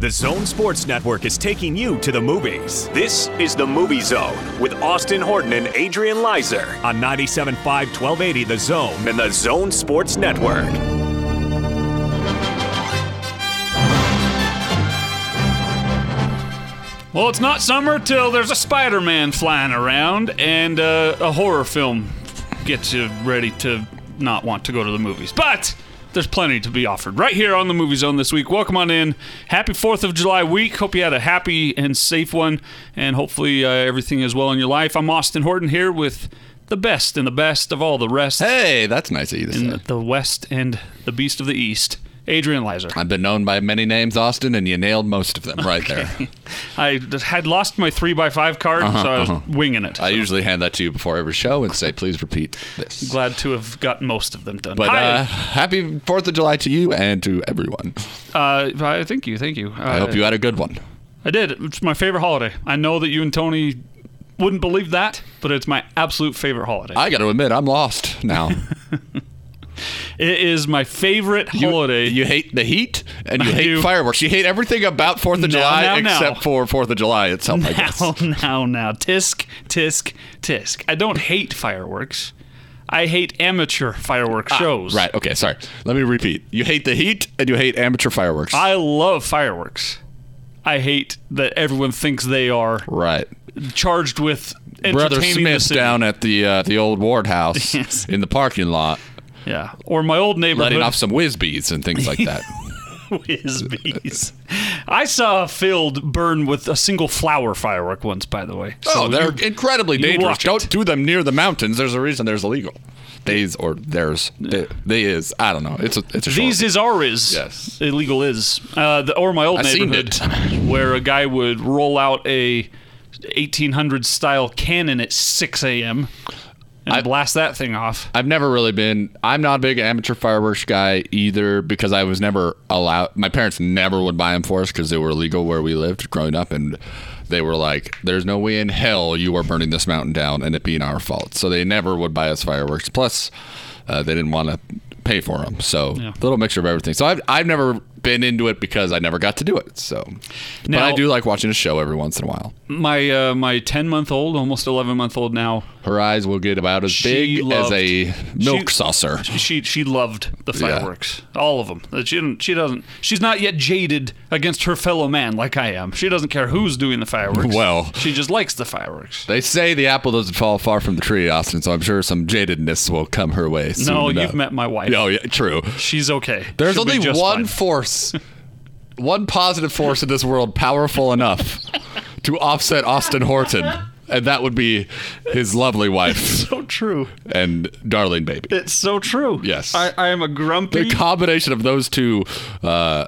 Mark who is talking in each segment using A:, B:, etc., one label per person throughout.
A: The Zone Sports Network is taking you to the movies. This is The Movie Zone with Austin Horton and Adrian Lizer on 97.5 1280 The Zone and The Zone Sports Network.
B: Well, it's not summer till there's a Spider Man flying around and uh, a horror film gets you ready to not want to go to the movies. But there's plenty to be offered right here on the Movie Zone this week. Welcome on in. Happy 4th of July week. Hope you had a happy and safe one, and hopefully uh, everything is well in your life. I'm Austin Horton here with the best and the best of all the rest
C: Hey, that's nice of you to say.
B: in the West and the Beast of the East, Adrian Lizer.
C: I've been known by many names, Austin, and you nailed most of them right there.
B: I just had lost my three by five card, so I was winging it.
C: Uh-huh, I
B: So
C: usually hand that to you before every show and say, please repeat this.
B: glad to have got most of them done.
C: But
B: Hi.
C: uh, happy 4th of July to you and to everyone.
B: Uh, I- thank you, thank you. Uh,
C: I hope you had a good one.
B: I did. It's my favorite holiday. I know that you and Tony wouldn't believe that, but it's my absolute favorite holiday.
C: I got to admit, I'm lost now.
B: it is my favorite
C: You-
B: holiday.
C: You hate the heat and you hate
B: do.
C: fireworks. You hate everything about 4th of
B: Now,
C: July
B: now, now.
C: except for 4th of July itself, I guess.
B: now, now, now, tisk, tisk, tisk. I don't hate fireworks. I hate amateur firework shows.
C: Ah, Right, okay, sorry. Let me repeat. You hate the heat and you hate amateur fireworks.
B: I love fireworks. I hate that everyone thinks they are
C: right.
B: charged with
C: Brother
B: entertaining the
C: Smith
B: city.
C: down at the uh, the old Ward house
B: Yes.
C: in the parking lot,
B: Yeah, or my old neighborhood.
C: letting off some whizbees and things like that.
B: Whiz bees. I saw a field burn with a single flower firework once, by the way. So
C: oh, they're
B: you-
C: incredibly dangerous.
B: watch it.
C: Don't do them near the mountains. There's a reason there's illegal. They's or theirs. They, they is. I don't know. It's a it's a short.
B: These is our is.
C: Yes.
B: Illegal is. Uh, the, or my old
C: I seen
B: neighborhood where a guy would roll out a 1800 style cannon at 6 a.m. and
C: I-
B: blast that thing off.
C: I've never really been. I'm not a big amateur fireworks guy either because I was never allowed. My parents never would buy them for us because they were illegal where we lived growing up, and they were like, "There's no way in hell you are burning this mountain down and it being our fault." So they never would buy us fireworks. Plus, uh, they didn't want to pay for them. So
B: Yeah.
C: little mixture of everything. So I've I've never been into it because I never got to do it. So, but I
B: Now-
C: do like watching a show every once in a while.
B: My uh, my 10 month old, almost 11 month old now,
C: Her eyes will get about as
B: She
C: big
B: loved-
C: as a milk
B: she-
C: saucer.
B: she she loved the fireworks, all of them. Uh, She didn't, she doesn't. She's not yet jaded against her fellow man like I am. She doesn't care who's doing the fireworks.
C: Well.
B: she just likes the fireworks.
C: They say the apple doesn't fall far from the tree, Austin, so I'm sure some jadedness will come her way. Soon
B: No,
C: enough.
B: you've met my wife.
C: No, yeah, true.
B: She's okay.
C: There's
B: She'll be
C: only
B: just
C: one
B: fine.
C: force, one positive force in this world powerful enough to offset Austin Horton, and that would be his lovely wife
B: so true.
C: and darling baby.
B: It's so true.
C: Yes.
B: I, I am a grumpy.
C: The combination of those two, uh,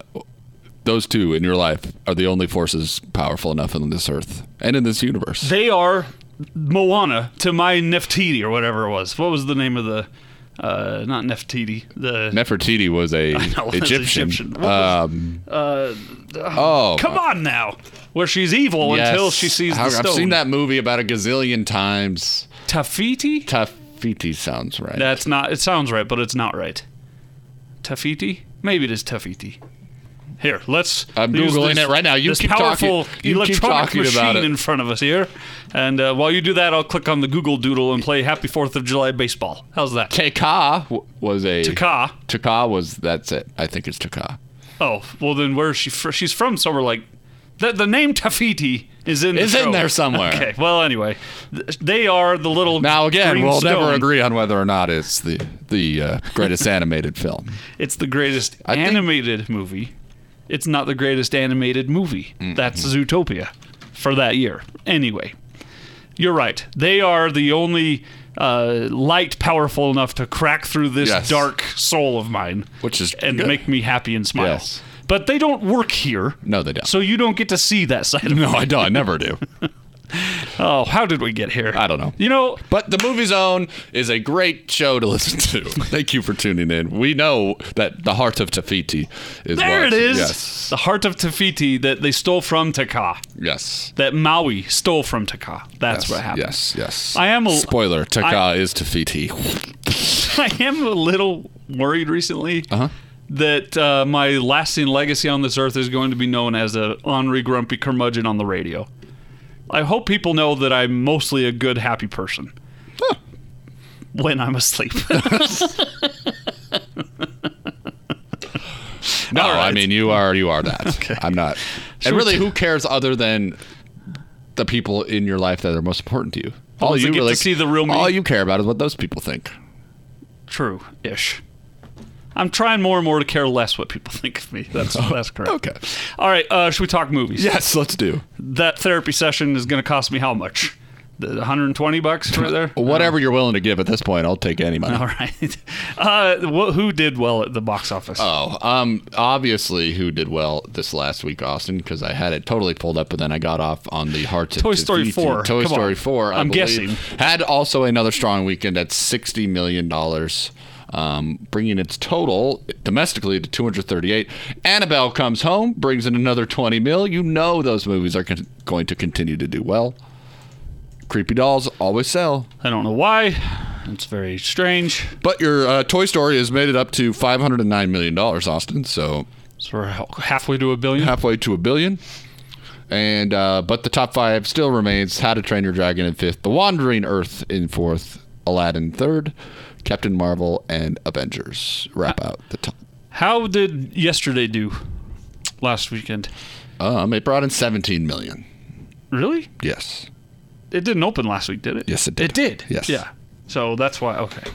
C: those two in your life are the only forces powerful enough on this earth and in this universe.
B: they are Moana to my Neftiti or whatever it was. What was the name of the? Uh, not Neftiti. The
C: Nefertiti was a
B: know, it's
C: Egyptian.
B: Egyptian. What was- uh,
C: um, oh,
B: come on now, where she's evil
C: Yes.
B: until she sees
C: I've
B: the stone.
C: seen that movie about a gazillion times.
B: Tafiti.
C: Tafiti sounds right.
B: That's not. It sounds right, but it's not right. Tafiti? Maybe it is Tafiti. Here, let's.
C: I'm
B: use
C: Googling
B: this-
C: it right now. You
B: this
C: keep
B: powerful
C: talking- you keep
B: electronic
C: talking
B: machine
C: about it.
B: in front of us here, and uh, while you do that, I'll click on the Google Doodle and play Happy Fourth of July baseball. How's that?
C: Teka w- was a
B: Ka.
C: Teka was that's it. I think it's Teka.
B: Oh, well then, where's she? Fr- she's from somewhere like. The, the name Tafiti is in
C: Is
B: the
C: in
B: show.
C: there somewhere.
B: Okay. Well, anyway, th- they are the little.
C: Now again,
B: green
C: we'll never
B: stone.
C: agree on whether or not it's the the uh, greatest animated film.
B: It's the greatest
C: I think-
B: animated movie. It's not the greatest animated movie.
C: Mm-hmm.
B: That's Zootopia for that year. Anyway, you're right. They are the only uh, light powerful enough to crack through this
C: Yes.
B: dark soul of mine,
C: Which is
B: and
C: good.
B: make me happy and smile.
C: Yes.
B: But they don't work here.
C: No, they don't.
B: So you don't get to see that side of
C: no,
B: me.
C: I don't. I never do.
B: Oh, how did we get here?
C: I don't know.
B: You know,
C: But the Movie Zone is a great show to listen to. Thank you for tuning in. We know that the heart of Tafiti is
B: there it
C: what-
B: is.
C: Yes,
B: The heart of Tafiti that they stole from Taka.
C: yes.
B: that Maui stole from Taka. That's
C: Yes,
B: what happened.
C: Yes, yes.
B: I am a-
C: spoiler. Taka
B: I-
C: is Tafiti. Uh-huh.
B: I am a little worried recently that uh, my lasting legacy on this earth is going to be known as a ornery, grumpy curmudgeon on the radio. I hope people know that I'm mostly a good, happy person when I'm asleep.
C: No,
B: All right.
C: I mean you are you are that. I'm not. And really, who cares other than the people in your life that are most important to you? All
B: ones that
C: you
B: get to
C: really
B: see the real me.
C: All you care about is what those people think.
B: True ish. I'm trying more and more to care less what people think of me. That's that's correct.
C: Oh, Okay.
B: All right. Uh, should we talk movies?
C: Yes, let's do
B: That therapy session is going to cost me how much? The 120 bucks right there.
C: whatever you're willing to give at this point. I'll take any money.
B: All right. Uh, wh- who did well at the box office?
C: Oh, um, obviously, who did well this last week, Austin? Because I had it totally pulled up, but then I got off on the hearts. of
B: Toy Story
C: Tafiti.
B: 4,
C: Toy
B: come on.
C: Story Four. I
B: I'm
C: believe,
B: guessing.
C: had also another strong weekend at sixty million dollars. Um, bringing its total domestically to 238. Annabelle comes home, brings in another 20 mil. You know those movies are con- going to continue to do well. Creepy dolls always sell.
B: I don't know why. It's very strange.
C: But your uh, Toy Story has made it up to 509 million dollars, Austin. So
B: So we're h- halfway to a billion.
C: halfway to a billion. And uh, but the top five still remains: How to Train Your Dragon in fifth, The Wandering Earth in fourth, Aladdin third, Captain Marvel and Avengers wrap
B: Uh,
C: out the top.
B: How did yesterday do? Last weekend.
C: Um, it brought in 17 million.
B: Really?
C: Yes,
B: It didn't open last week, did it?
C: yes, it did.
B: It did.
C: Yes.
B: Yeah. So that's why. Okay.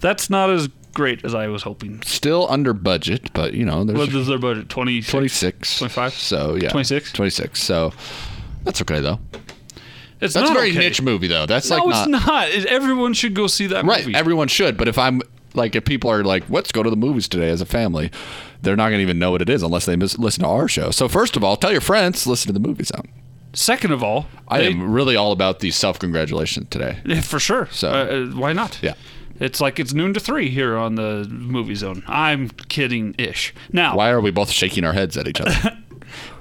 B: That's not as great as I was hoping.
C: Still under budget, but you know there's
B: What is their budget? 20.
C: 26,
B: 25?
C: So yeah,
B: 26?
C: 26. So that's okay though.
B: It's
C: That's
B: not
C: a very
B: okay.
C: niche movie though. That's
B: No,
C: like
B: it's not. It- everyone should go see that
C: Right.
B: movie.
C: Everyone should. But if I'm like, if people are like, let's go to the movies today as a family, they're not going to even know what it is unless they mis- listen to our show. So, first of all, tell your friends, listen to the movie sound.
B: Second of all,
C: I
B: they-
C: am really all about the self congratulation today.
B: Yeah, for sure.
C: So-
B: uh, uh, why not?
C: Yeah.
B: It's like it's noon to three here on the movie zone. I'm kidding ish. Now
C: Why are we both shaking our heads at each other?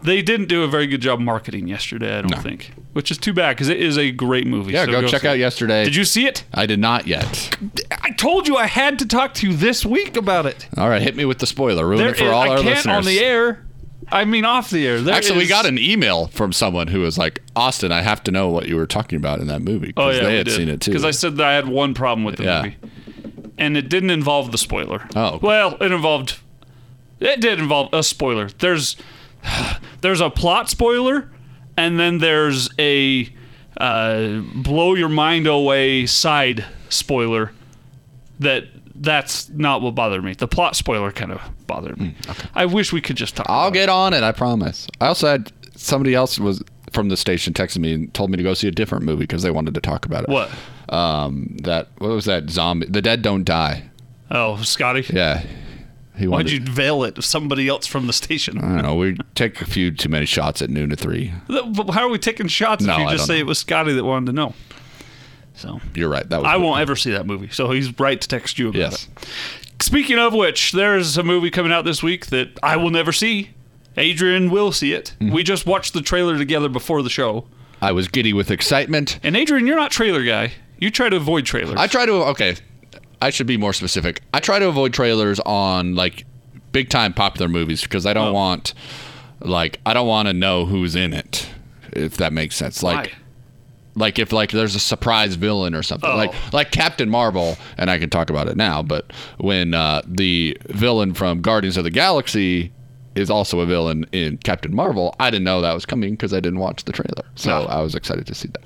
B: they didn't do a very good job marketing yesterday. I don't think, which is too bad because it is a great movie.
C: Yeah,
B: So
C: go, check
B: see
C: out
B: it.
C: yesterday.
B: Did you see it?
C: I did not yet.
B: I told you I had to talk to you this week about it.
C: All right, hit me with the spoiler. Ruin
B: There
C: it for
B: is-
C: all
B: I
C: our
B: can't
C: listeners.
B: on the air. I mean, off the air. There
C: Actually, we
B: is-
C: got an email from someone who was like, "Austin, I have to know what you were talking about in that movie
B: Oh
C: because
B: yeah,
C: they
B: we
C: had
B: did.
C: seen it too."
B: Because I said that I had one problem with the
C: Yeah.
B: movie, and it didn't involve the spoiler.
C: Oh, okay.
B: well, it involved. It did involve a spoiler. There's, there's a plot spoiler, and then there's a uh, blow your mind away side spoiler. That that's not what bothered me. The plot spoiler kind of bothered me. I wish we could just talk.
C: Mm, I'll
B: about it.
C: get on it, I promise. I also had somebody else was from the station texted me and told me to go see a different movie because they wanted to talk about it.
B: what?
C: Um, that what was that zombie? The dead don't die.
B: Oh, Scotty.
C: Yeah, he wanted.
B: Why'd you veil it? Somebody else from the station.
C: I don't know. We take a few too many shots at noon to three.
B: Th- But how are we taking shots
C: No,
B: if
C: I
B: you
C: don't
B: just say
C: know.
B: it was Scotty that wanted to know? So
C: You're right. That was
B: I won't ever see that movie. So he's right to text you about
C: Yes.
B: it. Speaking of which, there's a movie coming out this week that I will never see. Adrian will see it.
C: Mm-hmm.
B: We just watched the trailer together before the show.
C: I was giddy with excitement.
B: And Adrian, you're not trailer guy. You try to avoid trailers.
C: I try to okay. I should be more specific. I try to avoid trailers on like big time popular movies because I
B: Oh.
C: don't want like I don't want to know who's in it if that makes sense. Like
B: Why?
C: like if like there's a surprise villain or something
B: Oh.
C: like like captain marvel and i can talk about it now but when uh, the villain from guardians of the galaxy is also a villain in captain marvel i didn't know that was coming because i didn't watch the trailer so i was excited to see that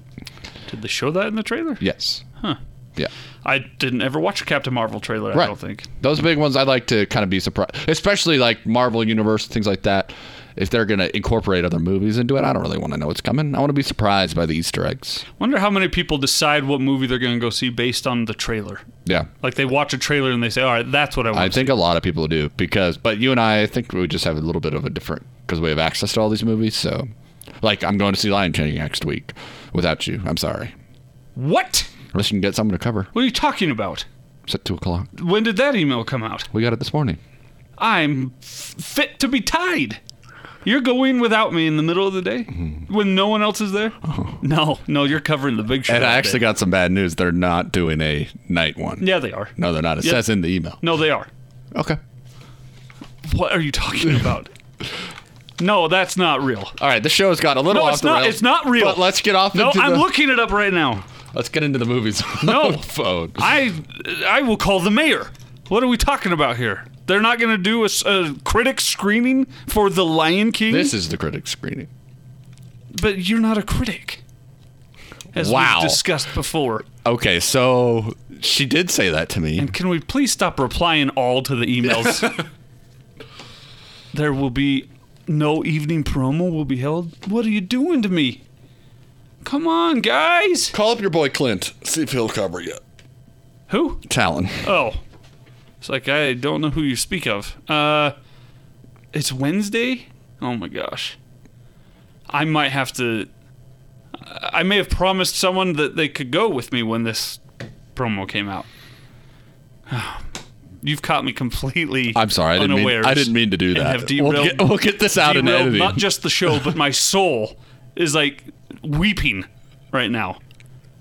B: Did they show that in the trailer?
C: yes huh yeah
B: I didn't ever watch a Captain Marvel trailer, I
C: right
B: don't think.
C: those big ones i like to kind of be surprised especially like marvel universe things like that if they're going to incorporate other movies into it i don't really want to know what's coming i want to be surprised by the easter eggs
B: Wonder how many people decide what movie they're going to go see based on the trailer.
C: yeah
B: Like they watch a trailer and they say, "All right, that's what I want."
C: I
B: to see."
C: think a lot of people do because, but you and I, I think we just have a little bit of a different because we have access to all these movies. So, like, I'm going to see Lion King next week without you. I'm sorry.
B: What?
C: Unless you can get someone to cover.
B: What are you talking about?
C: It's at two o'clock.
B: When did that email come out?
C: We got it this morning.
B: I'm f- fit to be tied. You're going without me in the middle of the day
C: Mm-hmm.
B: when no one else is there? No, no, you're covering the big show.
C: Oh. And I
B: that
C: actually
B: day.
C: got some bad news. They're not doing a night one.
B: Yeah, they are.
C: No, they're not. It
B: Yep.
C: says in the email.
B: No, they are.
C: Okay.
B: What are you talking about? No, that's not real.
C: All right, the show's got a little
B: No,
C: off
B: it's
C: the
B: not.
C: rails,
B: It's not real.
C: But let's get off.
B: No,
C: into
B: I'm
C: the,
B: looking it up right now.
C: Let's get into the movies. on
B: No.
C: the phone.
B: I I will call the mayor. What are we talking about here? They're not going to do a, s- a critic screening for The Lion King.
C: This is the critic screening.
B: but you're not a critic. As
C: Wow.
B: we've discussed before.
C: Okay, so she did say that to me.
B: Can we please stop replying all to the emails? there will be no evening promo will be held. What are you doing to me? Come on, guys.
C: Call up your boy Clint. See if he'll cover you.
B: Who?
C: Talon.
B: Oh. It's like I don't know who you speak of. Uh it's Wednesday? Oh my gosh. I might have to I may have promised someone that they could go with me when this promo came out. You've caught me completely
C: I'm sorry. I didn't, mean,
B: unawares.
C: I didn't mean to do
B: and
C: that.
B: have
C: we'll,
B: derailed-
C: get, we'll get this out in
B: derailed
C: editing.
B: not just the show, but my soul is like weeping right now.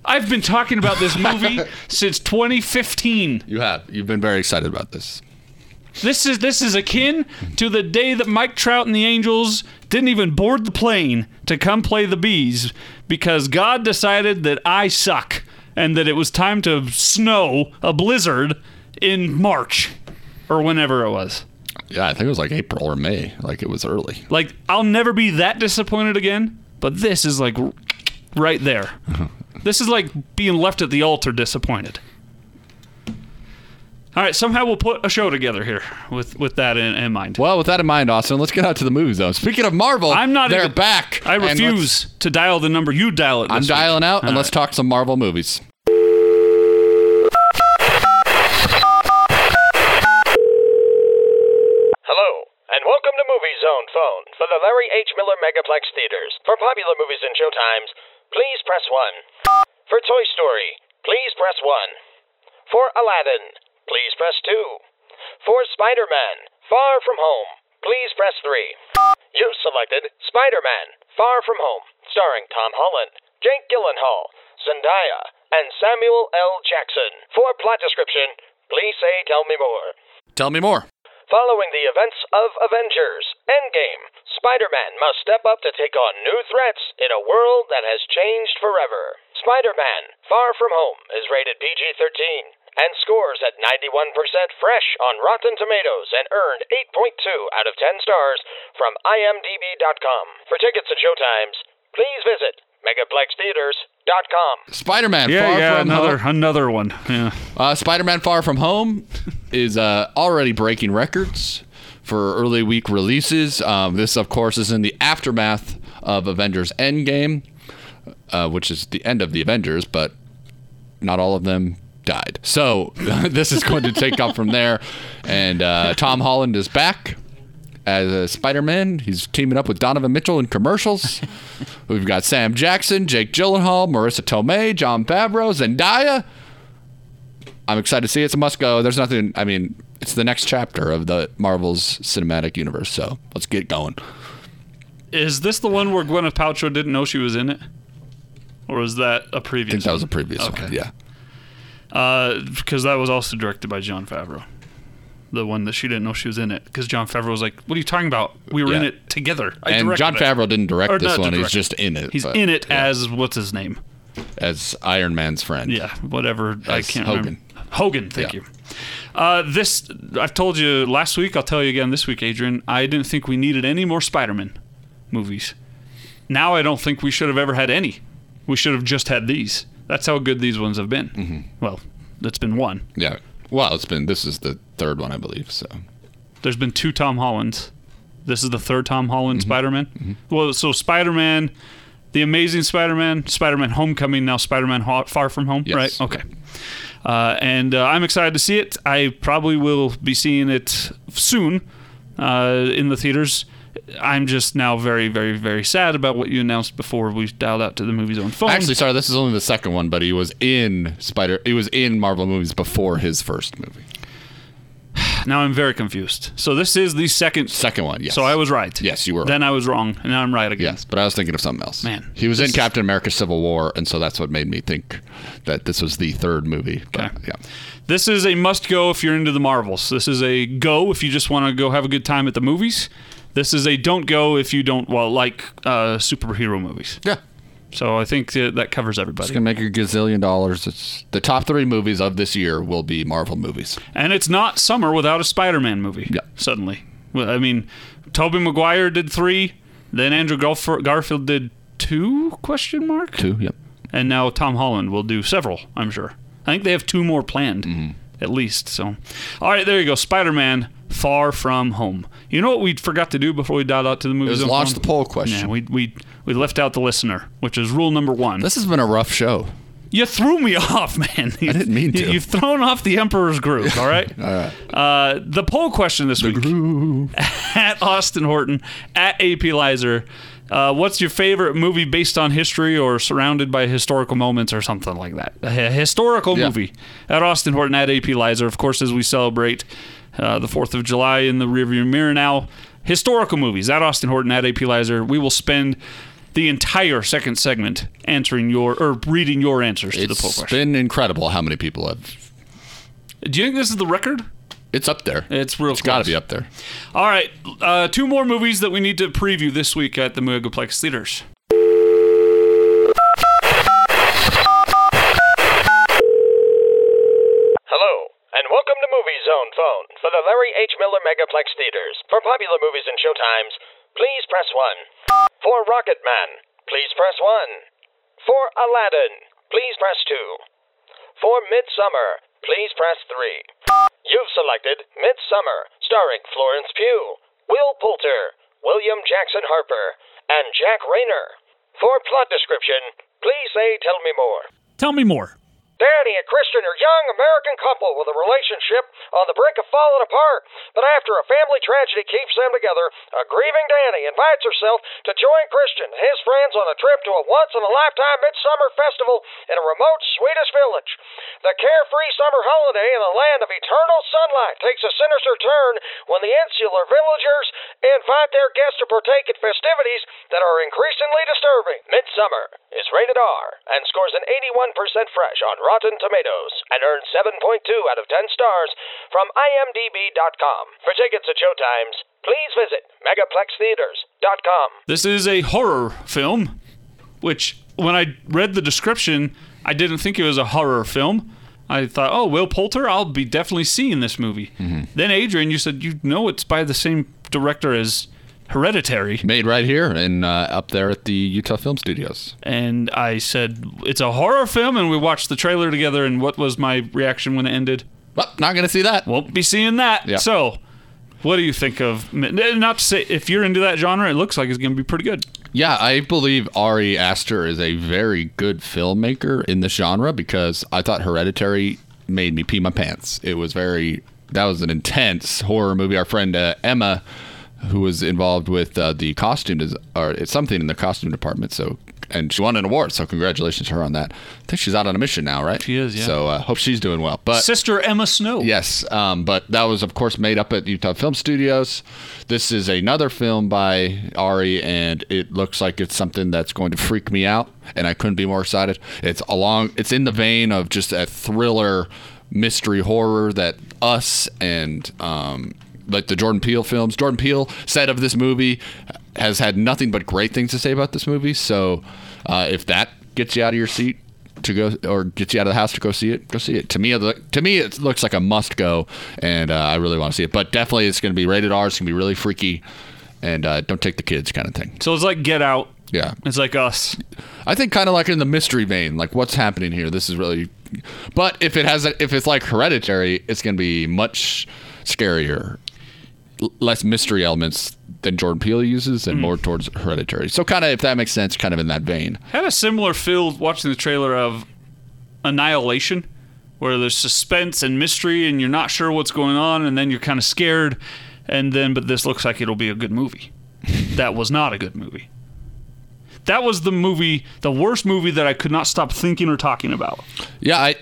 B: I've been talking about this movie since 2015.
C: you have. You've been very excited about this.
B: This is this is akin to the day that Mike Trout and the Angels didn't even board the plane to come play the bees because God decided that I suck and that it was time to snow a blizzard in March or whenever it was.
C: Yeah, I think it was like April or May. Like it was early.
B: Like I'll never be that disappointed again, but this is like r- right there. this is like being left at the altar disappointed. All right, somehow we'll put a show together here with with that in, in mind.
C: Well, with that in mind, Austin, let's get out to the movies, though. Speaking of Marvel,
B: I'm not
C: They're
B: even-
C: back.
B: I
C: And let's-
B: refuse to dial the number you dial it.
C: I'm
B: this week.
C: dialing out, and
B: All
C: let's talk some Marvel movies.
D: Hello, and welcome to Movie Zone Phone for the Larry H. Miller Megaplex Theaters. For popular movies and showtimes, please press 1. For Toy Story, please press 1. For Aladdin, please press 2. For Spider Man, Far From Home, please press 3. You selected Spider Man, Far From Home, starring Tom Holland, Jake Gyllenhaal, Zendaya, and Samuel L. Jackson. For plot description, please say Tell Me More.
C: Tell me more.
D: Following the events of Avengers Endgame, Spider Man must step up to take on new threats in a world that has changed forever. Spider Man Far From Home is rated PG 13 and scores at 91% fresh on Rotten Tomatoes and earned 8.2 out of 10 stars from IMDb.com. For tickets and showtimes, please visit megaplextheaters.com.
C: Spider-Man.
B: Yeah,
C: Far
B: yeah,
C: from
B: another
C: Home.
B: another one. Yeah.
C: Uh, Spider-Man: Far From Home is uh, already breaking records for early week releases. Um, this, of course, is in the aftermath of Avengers: Endgame, uh, which is the end of the Avengers, but not all of them died. So this is going to take off from there. And uh, Tom Holland is back as a Spider-Man. He's teaming up with Donovan Mitchell in commercials. We've got Sam Jackson, Jake Gyllenhaal, Marissa Tomei, John Favreau, Zendaya. I'm excited to see it. It's a must go. There's nothing. I mean, it's the next chapter of the Marvel's cinematic universe. So let's get going.
B: Is this the one where Gwyneth Paltrow didn't know she was in it, or was that a
C: I think
B: previous?
C: that was a previous one.
B: Okay.
C: Yeah.
B: Because that was also directed by John Favreau, the one that she didn't know she was in it. Because John Favreau was like, "What are you talking about? We were in
C: Yeah.
B: it together." I
C: And
B: directed
C: John
B: it."
C: Favreau didn't direct
B: Or
C: this
B: not
C: one. He's
B: direct.
C: just in it.
B: He's
C: but-
B: in it as what's his name?
C: as Iron Man's friend.
B: Yeah, whatever. I
C: As
B: can't
C: Hogan.
B: remember. Hogan, thank
C: Yeah.
B: you. Uh, this I've told you last week. I'll tell you again this week, Adrian. I didn't think we needed any more Spider-Man movies. Now I don't think we should have ever had any. We should have just had these. That's how good these ones have been.
C: Mm-hmm.
B: Well, that's been one.
C: Yeah. Well, it's been. This is the third one, I believe. So
B: There's been two Tom Hollands. This is the third Tom Holland
C: Mm-hmm.
B: Spider-Man. Well, so Spider-Man, the Amazing Spider-Man, Spider-Man: Homecoming, now Spider-Man: Ho- Far From Home.
C: Yes.
B: Right? Okay. Uh, and uh, I'm excited to see it. I probably will be seeing it soon uh, in the theaters. I'm just now very, very, very sad about what you announced before we dialed out to the movie's own phone.
C: actually, sorry, this is only the second one, but he was in Spider. He was in Marvel movies before his first movie.
B: Now I'm very confused. So this is the second.
C: Second one, yes.
B: So I was right.
C: Yes, you were.
B: Then I was wrong, and now I'm right again.
C: Yes, but I was thinking of something else.
B: Man,
C: he was
B: this
C: in
B: is-
C: Captain America: Civil War, and so that's what made me think that this was the third movie. But,
B: Okay.
C: Yeah.
B: This is a must go if you're into the Marvels. This is a go if you just want to go have a good time at the movies. This is a don't go if you don't well like uh, superhero movies.
C: Yeah.
B: So I think that, that covers
C: It's
B: everybody.
C: gonna make a gazillion dollars. It's the top three movies of this year will be Marvel movies.
B: And it's not summer without a Spider-Man movie.
C: Yeah.
B: Suddenly, well, I mean, Tobey Maguire did three, then Andrew Garf- Garfield did two? Question mark.
C: Two. Yep.
B: and now Tom Holland will do several, I'm sure. I think they have two more planned,
C: Mm-hmm.
B: at least. So, all right, there you go. Spider Man Far From Home. You know what we forgot to do before we dialed out to the movies?
C: was
B: on
C: launch
B: phone?
C: the poll question.
B: Yeah, we, we, we left out the listener, which is rule number one.
C: This has been a rough show.
B: you threw me off, man. I
C: didn't mean to.
B: You've thrown off the Emperor's groove, all right? all right. Uh, the poll question this week at Austin Horton, at AP Lizer. Uh, what's your favorite movie based on history or surrounded by historical moments or something like that? A hi- historical
C: Yeah.
B: movie at Austin Horton, at AP Lizer. Of course, as we celebrate uh, the 4th of July in the rearview mirror now, historical movies at Austin Horton, at AP Lizer. We will spend the entire second segment answering your or reading your answers to the poll
C: It's
B: question.
C: been incredible how many people have.
B: Do you think this is the record?
C: It's up there.
B: It's real
C: It's got to
B: close.
C: be up there.
B: All right, uh, two more movies that we need to preview this week at the Megaplex Theaters.
D: Hello, and welcome to Movie Zone Phone for the Larry H. Miller Megaplex Theaters. For popular movies and showtimes, please press 1. For Rocket Man, please press 1. For Aladdin, please press 2. For Midsummer, please press 3. You've selected Midsummer, starring Florence Pugh, Will Poulter, William Jackson Harper, and Jack Rayner. For plot description, please say Tell Me More.
B: Tell me more.
D: Daddy, a Christian or young American couple with a relationship on the brink of falling apart. But after a family tragedy keeps them together, a grieving Danny invites herself to join Christian and his friends on a trip to a once in a lifetime midsummer festival in a remote Swedish village. The carefree summer holiday in a land of eternal sunlight takes a sinister turn when the insular villagers invite their guests to partake in festivities that are increasingly disturbing. Midsummer is rated R and scores an 81% fresh on Rotten Tomatoes and earns 7.2 out of 10 stars from IMDb.com. For tickets at showtimes, please visit megaplextheaters.com.
B: This is a horror film, which when I read the description, I didn't think it was a horror film. I thought, oh, Will Poulter, I'll be definitely seeing this movie. Then Adrian, you said you know it's by the same director as Hereditary,
C: Made right here and uh, up there at the Utah Film Studios.
B: and I said it's a horror film, and we watched the trailer together. And what was my reaction when it ended?
C: Well, not gonna see that.
B: won't be seeing that.
C: Yeah.
B: So, what do you think of? Not to say if you're into that genre, it looks like it's going to be pretty good.
C: Yeah, I believe Ari Aster is a very good filmmaker in the genre because I thought Hereditary made me pee my pants. It was very that was an intense horror movie. Our friend uh, Emma, who was involved with uh, the costume des- or it's something in the costume department, so and she won an award. So congratulations to her on that. I think she's out on a mission now, right?
B: She is, yeah.
C: So uh, hope she's doing well. But
B: Sister Emma Snow.
C: Yes, um, but that was, of course, made up at Utah Film Studios. This is another film by Ari, and it looks like it's something that's going to freak me out, and I couldn't be more excited. It's along, it's in the vein of just a thriller, mystery horror that Us and um, like the Jordan Peele films. Jordan Peele said of this movie has had nothing but great things to say about this movie. So uh, if that gets you out of your seat, to go or get you out of the house to go see it, go see it. To me, it- to me, it looks like a must go, and uh, I really want to see it. But definitely, it's going to be rated R. It's going to be really freaky, and uh, don't take the kids kind of thing.
B: So it's like Get Out.
C: Yeah,
B: It's like Us.
C: I think kind of like in the mystery vein, like what's happening here. This is really, but if it has, a, if it's like Hereditary, it's going to be much scarier, L- less mystery elements than Jordan Peele uses, and more towards Hereditary. So kind of, if that makes sense, kind of in that vein.
B: Had a similar feel watching the trailer of Annihilation, where there's suspense and mystery, and you're not sure what's going on, and then you're kind of scared, and then but this looks like it'll be a good movie. that was not a good movie. That was the movie, the worst movie that I could not stop thinking or talking about.
C: Yeah, I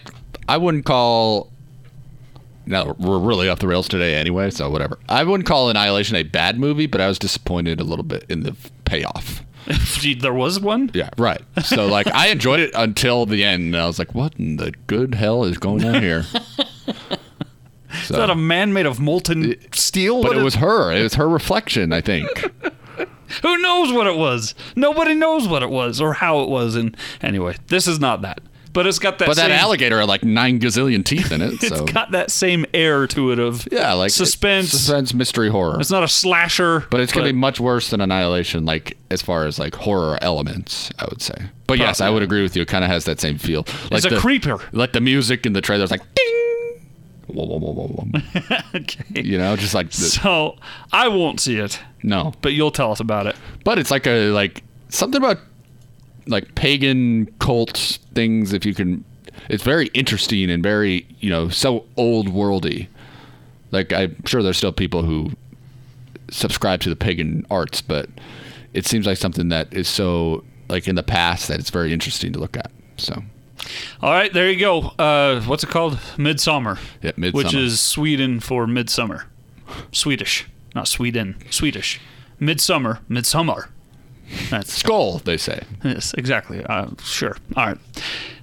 C: I wouldn't call Now we're really off the rails today, anyway. So whatever. I wouldn't call Annihilation a bad movie, but I was disappointed a little bit in the payoff.
B: Gee, there was one.
C: Yeah, right. So like, I enjoyed it until the end, and I was like, "What in the good hell is going on here?"
B: Is that a man made of molten steel?
C: But
B: What
C: it
B: is-
C: was her. It was her reflection, I think.
B: Who knows what it was? Nobody knows what it was or how it was. And anyway, this is not that. But it's got that.
C: But that
B: same,
C: alligator had like nine gazillion teeth in it.
B: It's
C: So
B: got that same air to it of
C: yeah, like it-
B: suspense.
C: suspense, mystery, horror.
B: It's not a slasher,
C: But it's gonna be much worse than Annihilation, like as far as like horror elements, I would say. But yes, I would agree with you. It kind of has that same feel. Like
B: It's a
C: the-
B: creeper.
C: Like the music in the trailer is like ding, whoa, whoa, whoa, whoa, whoa.
B: okay.
C: you know, just like the,
B: So I won't see it,
C: no.
B: but you'll tell us about it.
C: But it's like a like something about like pagan cult things. If you can, it's very interesting and very you know so old worldy. Like I'm sure there's still people who subscribe to the pagan arts, but it seems like something that is so like in the past that it's very interesting to look at. So
B: All right, there you go. Uh, what's it called? Midsummer.
C: Yeah, Midsummer.
B: Which is Sweden for midsummer. Swedish, not Sweden. Swedish. Midsummer. Midsummer. That's
C: skull, they say.
B: yes, exactly. Uh, sure. All right.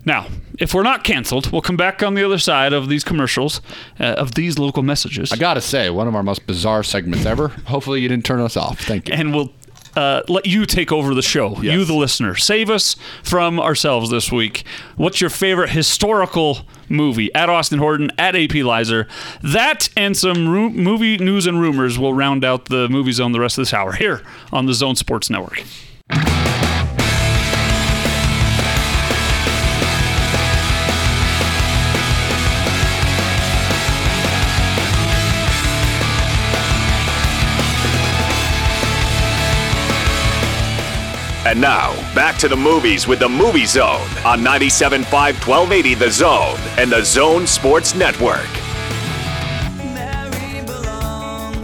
B: Now, if we're not canceled, we'll come back on the other side of these commercials, uh, of these local messages,
C: I gotta say, one of our most bizarre segments ever. Hopefully, you didn't turn us off. Thank you.
B: and we'll. Uh, let you take over the show. You, the listener, save us from ourselves this week. What's your favorite historical movie? At Austin Horton, at AP Lizer. That and some ru- movie news and rumors will round out the movie zone the rest of this hour here on the Zone Sports Network.
A: And now, back to the movies with the Movie Zone on 97.5 1280 The Zone and The Zone Sports Network.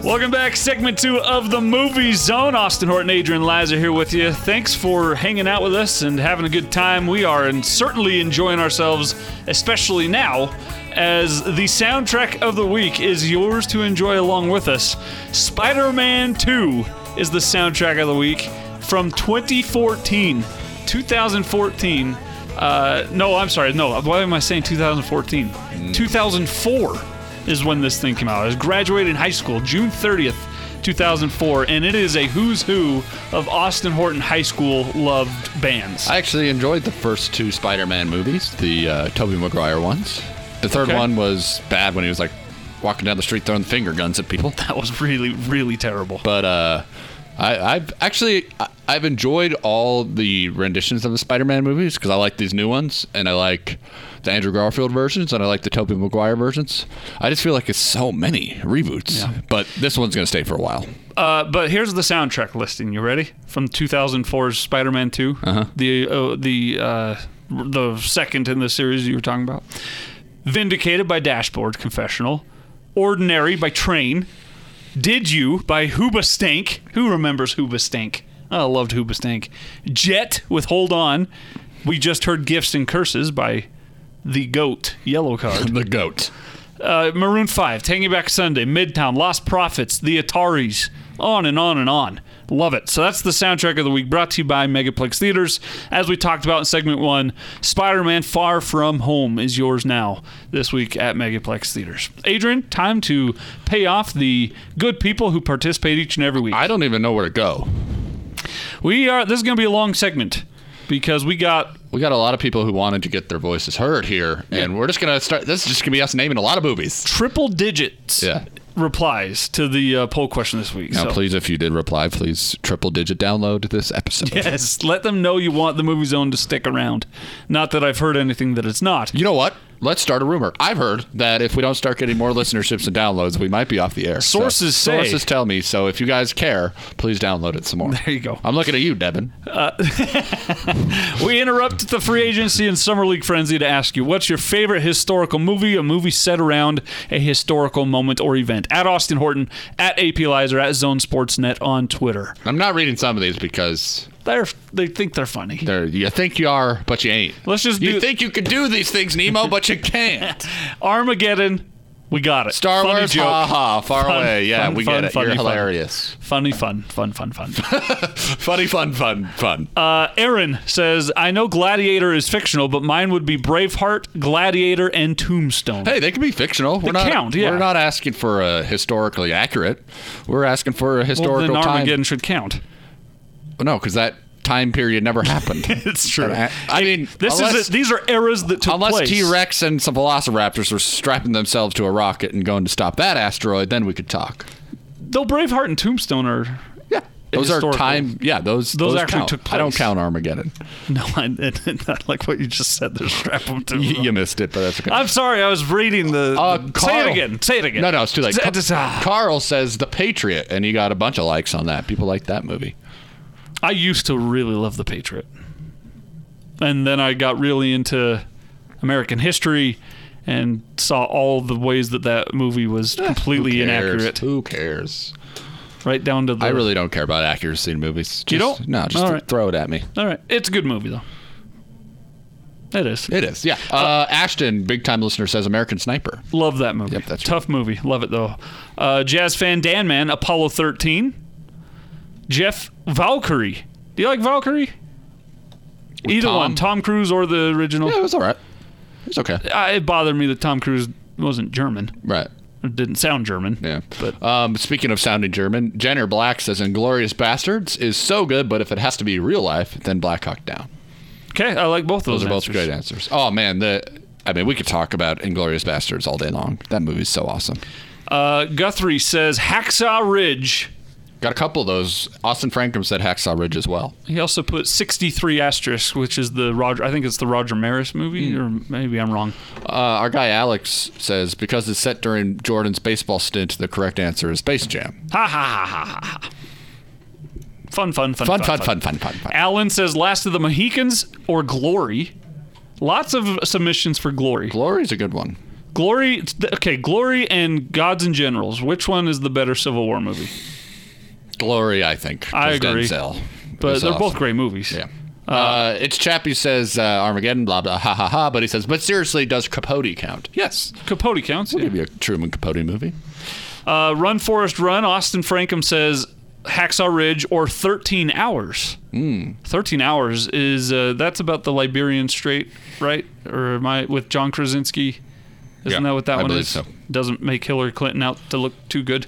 B: Welcome back, segment two of the Movie Zone. Austin Horton, Adrian Lizer here with you. Thanks for hanging out with us and having a good time. We are and certainly enjoying ourselves, especially now, as the soundtrack of the week is yours to enjoy along with us. Spider Man 2 is the soundtrack of the week from 2014. 2014. Uh, no, I'm sorry. No, why am I saying 2014? 2004 is when this thing came out. I was graduating high school, June 30th, 2004, and it is a who's who of Austin Horton High School loved bands.
C: I actually enjoyed the first two Spider-Man movies, the uh, Tobey Maguire ones. The third
B: Okay.
C: one was bad when he was like walking down the street throwing finger guns at people.
B: that was really, really terrible.
C: But uh, I, I've actually I, I've enjoyed all the renditions of the Spider-Man movies because I like these new ones and I like the Andrew Garfield versions and I like the Tobey Maguire versions. I just feel like it's so many reboots, but this one's gonna stay for a while.
B: Uh, but here's the soundtrack listing. You ready? From 2004's Spider-Man 2, the uh, the uh, the second in the series you were talking about. Vindicated by Dashboard Confessional, Ordinary by Train, Did You by Hooba Stank. Who remembers Hooba Stank? I loved Hooba Stank. Jet with Hold On. We just heard Gifts and Curses by the Goat Yellow Card.
C: The goat.
B: uh, Maroon 5, Taking Back Sunday, Midtown, Lost Prophets, The Ataris, on and on and on. Love it. So that's the soundtrack of the week brought to you by Megaplex Theaters. As we talked about in segment one, Spider Man Far From Home is yours now this week at Megaplex Theaters. Adrian, time to pay off the good people who participate each and every week.
C: I don't even know where to go.
B: we are, this is going to be a long segment because we got
C: We got a lot of people who wanted to get their voices heard here, and we're just gonna start. This is just gonna be us naming a lot of movies.
B: triple digits
C: Yeah.
B: replies to the uh, poll question this week.
C: Now,
B: so.
C: please, if you did reply, please triple digit download this episode.
B: Yes, let them know you want the movie zone to stick around. Not that I've heard anything that it's not.
C: You know what? Let's start a rumor. I've heard that if we don't start getting more listenerships and downloads, we might be off the air. So,
B: Sources say-
C: sources tell me. So if you guys care, please download it some more.
B: There you go.
C: I'm looking at you, Devin.
B: We interrupt the free agency and summer league frenzy to ask you what's your favorite historical movie, a movie set around a historical moment or event? At Austin Horton, at APLizer, at Zone Sportsnet on Twitter.
C: I'm not reading some of these because
B: They're they think they're funny.
C: they're you think you are, but you ain't.
B: Let's just
C: you
B: do-
C: think you could do these things, Nemo, but you can't.
B: Armageddon We got it.
C: Star
B: funny
C: Wars,
B: joke.
C: ha ha, far
B: Fun,
C: away. Yeah,
B: fun,
C: we
B: fun,
C: get it.
B: funny,
C: You're
B: fun.
C: hilarious.
B: Funny, fun, fun, fun, fun.
C: Funny, fun, fun, fun.
B: uh, Aaron says, "I know Gladiator is fictional, but mine would be Braveheart, Gladiator, and Tombstone."
C: hey, they can be fictional. We're not.
B: count, yeah.
C: We're not asking for a historically accurate. We're asking for
B: well,
C: a
B: then
C: historical time.
B: Armageddon should count.
C: No, because that time period never happened.
B: It's true.
C: I, uh, I mean,
B: This
C: unless,
B: is these are eras that took
C: Unless
B: place.
C: T Rex and some velociraptors were strapping themselves to a rocket and going to stop that asteroid, then we could talk.
B: though Braveheart and Tombstone are.
C: Yeah. Those
B: Historical.
C: are time. Yeah, those
B: Those actually
C: count.
B: took
C: I don't
B: place.
C: count Armageddon.
B: No, I, not like what you just said. They're strap 'em to.
C: You, you missed it, but that's okay.
B: I'm sorry, I was reading the.
C: Uh,
B: the- say
C: Carl-
B: it again. Say it again.
C: No, no, it's too late.
B: Say-
C: Ca-
B: ah.
C: Carl says The Patriot, and he got a bunch of likes on that. People like that movie.
B: I used to really love The Patriot. And then I got really into American history and saw all the ways that that movie was completely
C: Eh, Who cares?
B: inaccurate,
C: Who cares?
B: right down to the.
C: I really don't care about accuracy in movies. Just,
B: You don't?
C: No, just
B: All
C: th-
B: right.
C: throw it at me.
B: All right, it's a good movie though. It is.
C: It is, yeah. Uh, Ashton, big time listener, says American Sniper.
B: Love that movie.
C: Yep, that's
B: Tough movie. Love it though. Uh, jazz fan Dan Man, Apollo 13. Jeff Valkyrie. Do you like Valkyrie? Either
C: Tom?
B: one, Tom Cruise or the original.
C: Yeah, it was all right. It's okay.
B: I- it bothered me that Tom Cruise wasn't German.
C: Right.
B: It didn't sound German.
C: Yeah.
B: But
C: Um, speaking of sounding German, Jenner Black says Inglorious Bastards is so good, but if it has to be real life, then Black Hawk Down.
B: okay, I like both of
C: Those
B: those.
C: are both
B: answers.
C: great answers. Oh, man. the I mean, we could talk about Inglorious Bastards all day long. That movie's so awesome.
B: Uh, Guthrie says Hacksaw Ridge.
C: Got a couple of those. Austin Frankum said Hacksaw Ridge as well.
B: He also put 63 asterisk, which is the Roger. I think it's the Roger Maris movie,
C: Hmm.
B: or maybe I'm wrong.
C: Uh, our guy Alex says because it's set during Jordan's baseball stint, the correct answer is Space Jam.
B: Ha ha ha ha ha, ha. Fun, fun, fun,
C: Fun, fun, fun, fun, fun, fun.
B: Alan says Last of the Mohicans or Glory. Lots of submissions for Glory.
C: Glory's a good one.
B: Glory. Okay, Glory and Gods and Generals. Which one is the better Civil War movie?
C: Glory, I think. 'cause
B: I agree.
C: Denzel
B: But
C: is
B: they're both
C: awesome.
B: great movies.
C: Yeah. Uh, it's Chap who says uh, Armageddon, blah, blah, ha, ha, ha. But he says, but seriously, does Capote count? Yes.
B: Capote counts. yeah.
C: Maybe a Truman Capote movie.
B: Uh, Run Forest Run. Austin Frankum says Hacksaw Ridge or 13 Hours.
C: Hmm.
B: 13 Hours is uh, that's about the Liberian Strait, right? Or am I with John Krasinski? Isn't
C: Yeah,
B: that what that
C: I
B: one
C: believe
B: is?
C: so.
B: Doesn't make Hillary Clinton out to look too good.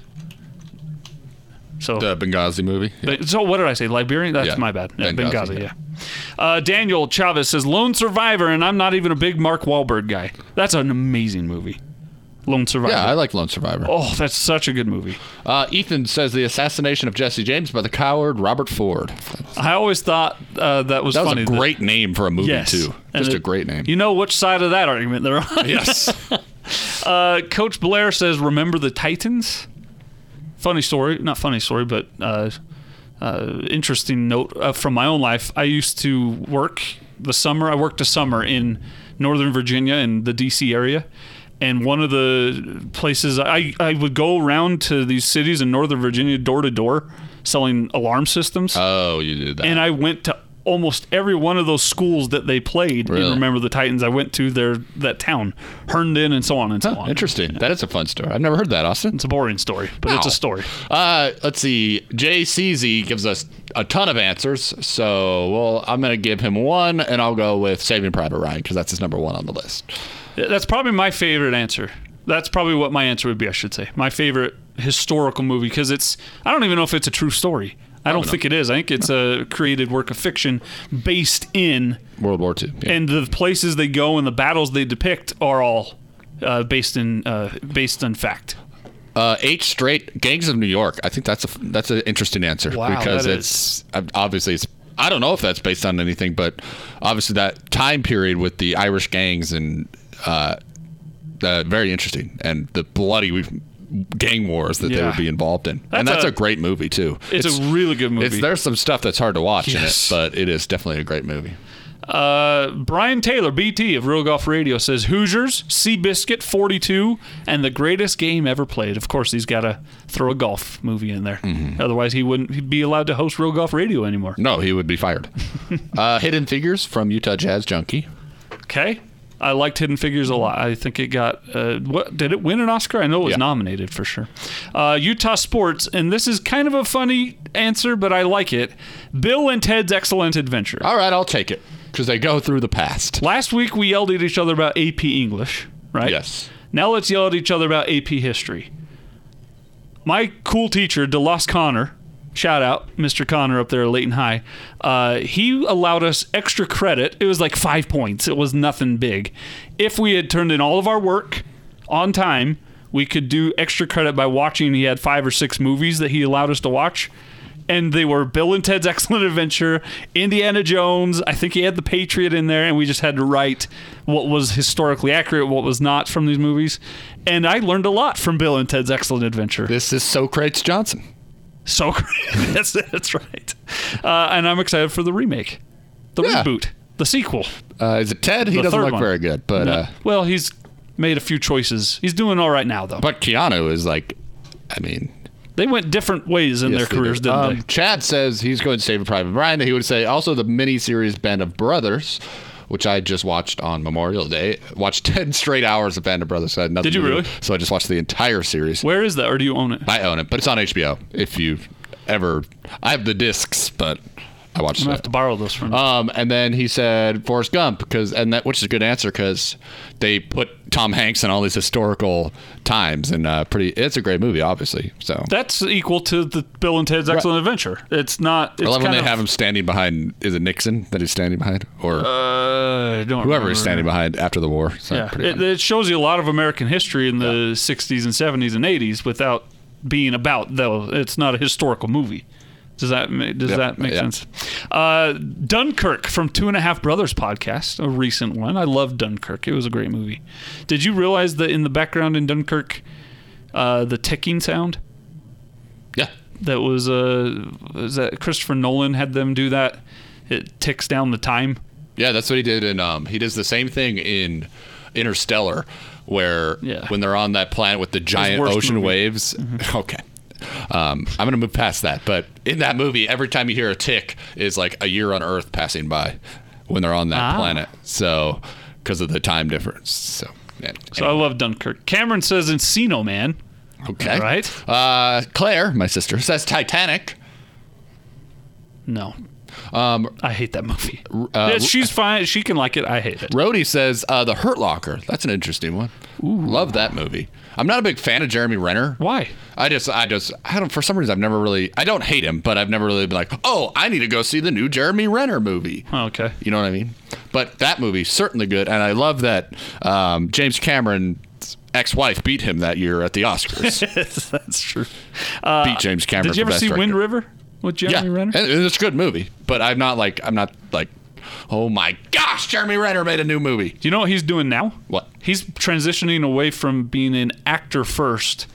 B: So
C: The Benghazi movie. Yeah.
B: so what did I say? Liberian? That's
C: Yeah.
B: my bad. Yeah,
C: Benghazi,
B: Benghazi,
C: yeah.
B: yeah. Uh, Daniel Chavez says Lone Survivor, and I'm not even a big Mark Wahlberg guy. That's an amazing movie. Lone Survivor.
C: Yeah, I like Lone Survivor.
B: oh, that's such a good movie.
C: Uh, Ethan says the assassination of Jesse James by the coward Robert Ford.
B: I always thought uh, that was
C: That was
B: funny.
C: a great name for a movie,
B: yes,
C: too.
B: And
C: Just a
B: it-
C: great name.
B: You know which side of that argument they're on.
C: yes.
B: Uh, Coach Blair says, "Remember the Titans." Funny story, not funny story, but uh, uh, interesting note uh, from my own life. I used to work the summer. I worked a summer in Northern Virginia in the D.C. area. And one of the places I, I would go around to these cities in Northern Virginia door to door selling alarm systems.
C: Oh, you did that.
B: and I went to almost every one of those schools that they played
C: Really?
B: in Remember the Titans. I went to their that town, Herndon, and so on and so
C: Huh,
B: on.
C: interesting. That is a fun story. I've never heard that, Austin.
B: It's a boring story, but it's
C: No.
B: a story.
C: Uh, let's see. JCZ gives us a ton of answers. So, well, I'm going to give him one, and I'll go with Saving Private Ryan because that's his number one on the list.
B: That's probably my favorite answer. That's probably what my answer would be. I should say my favorite historical movie because it's. I don't even know if it's a true story. I don't think it is. I think it's a created work of fiction based in,
C: World War II. Yeah.
B: and the places they go and the battles they depict are all uh, based in uh, based on fact.
C: uh, H straight Gangs of New York. I think that's a that's an interesting answer
B: Wow,
C: because
B: that
C: it's obviously it's I don't know if that's based on anything, but obviously that time period with the Irish gangs and uh, uh, very interesting and the bloody gang wars that they
B: Yeah.
C: would be involved in, and
B: That's
C: that's a,
B: a-
C: great movie too.
B: It's, a really good movie.
C: It's, there's some stuff that's hard to watch
B: Yes.
C: in it, but it is definitely a great movie.
B: Uh, Brian Taylor, BT of Real Golf Radio, says Hoosiers, Seabiscuit, 42, and the greatest game ever played. Of course, he's got to throw a golf movie in there.
C: Mm-hmm.
B: Otherwise, he wouldn't he'd be allowed to host Real Golf Radio anymore.
C: No, he would be fired. uh, Hidden Figures from Utah Jazz Junkie.
B: Okay. I liked Hidden Figures a lot. I think it got uh, what did it win an Oscar? I know it was
C: Yeah.
B: nominated for sure. Uh, Utah Sports, and this is kind of a funny answer, but I like it. Bill and Ted's Excellent Adventure.
C: All right, I'll take it because they go through the past.
B: Last week we yelled at each other about AP English, right?
C: Yes.
B: Now let's yell at each other about AP history. My cool teacher, DeLos Connor, shout out Mr. Connor up there at Leighton High, uh, he allowed us extra credit. It was like five points, it was nothing big. If we had turned in all of our work on time, we could do extra credit by watching. He had five or six movies that he allowed us to watch. And they were Bill and Ted's Excellent Adventure, Indiana Jones. I think he had The Patriot in there, and we just had to write what was historically accurate, what was not from these movies. And I learned a lot from Bill and Ted's Excellent Adventure.
C: This is Socrates Johnson.
B: So that's that's right. Uh, and I'm excited for the remake, the
C: Yeah.
B: reboot, the sequel.
C: Uh, is it Ted? He
B: The
C: doesn't
B: third
C: look
B: one.
C: very good, but uh,
B: well, he's made a few choices. He's doing all right now, though.
C: but Keanu is like, I mean,
B: they went different ways in their
C: yes, they
B: careers,
C: do.
B: didn't
C: Um,
B: they?
C: Chad says he's going to save a Private Ryan. He would say also the miniseries Band of Brothers, which I just watched on Memorial Day. Watched ten straight hours of Band of Brothers. So I had nothing
B: Did you
C: to do.
B: really?
C: So I just watched the entire series.
B: Where is that, or do you own it?
C: I own it, but it's on HBO. If you ever, I have the discs, but I watched
B: I
C: it.
B: have to borrow those from. you.
C: Um, and then he said Forrest Gump because, and that which is a good answer because they put Tom Hanks in all these historical times and uh, pretty. It's a great movie, obviously. So
B: that's equal to the Bill and Ted's Excellent Adventure. It's not. It's
C: I love when
B: kind
C: they
B: of,
C: have him standing behind. Is it Nixon that he's standing behind, or
B: Uh, I don't
C: whoever
B: remember.
C: he's standing behind after the war? So
B: Yeah,
C: pretty
B: it,
C: funny.
B: it shows you a lot of American history in the '60s and '70s and '80s without being about though. It's not a historical movie. Does that ma- does
C: Yeah,
B: that make
C: yeah.
B: sense? Uh, Dunkirk from Two and a Half Brothers podcast, a recent one. I love Dunkirk. It was a great movie. Did you realize that in the background in Dunkirk, uh, the ticking sound
C: yeah.
B: that was uh, was that Christopher Nolan had them do that? It ticks down the time.
C: Yeah, that's what he did in um he does the same thing in Interstellar where
B: Yeah.
C: when they're on that planet with the giant
B: worst
C: ocean
B: movie. Mm-hmm.
C: waves. Okay. Um, I'm gonna move past that, but in that movie, every time you hear a tick is like a year on Earth passing by when they're on that
B: Ah.
C: planet. So, because of the time difference. So, yeah.
B: So I love Dunkirk. Cameron says Encino Man.
C: okay,
B: Right.
C: Uh, Claire, my sister, says Titanic.
B: No.
C: Um,
B: I hate that movie.
C: uh,
B: Yeah, she's fine. She can like it. I hate it.
C: Rhodey says uh, the Hurt Locker. That's an interesting one. Love that movie. I'm not a big fan of Jeremy Renner.
B: Why?
C: I just, I just, I don't, for some reason, I've never really, I don't hate him, but I've never really been like, oh, I need to go see the new Jeremy Renner movie.
B: Oh, Okay.
C: You know what I mean? But that movie, certainly good. And I love that um, James Cameron's ex wife beat him that year at the Oscars.
B: That's true.
C: beat James Cameron.
B: Uh, Did you
C: for
B: ever
C: Best
B: see
C: Director.
B: Wind River with Jeremy
C: Yeah.
B: Renner?
C: And it's a good movie, but I'm not like, I'm not like, oh my gosh, Jeremy Renner made a new movie.
B: Do you know what he's doing now?
C: What?
B: He's transitioning away from being an actor first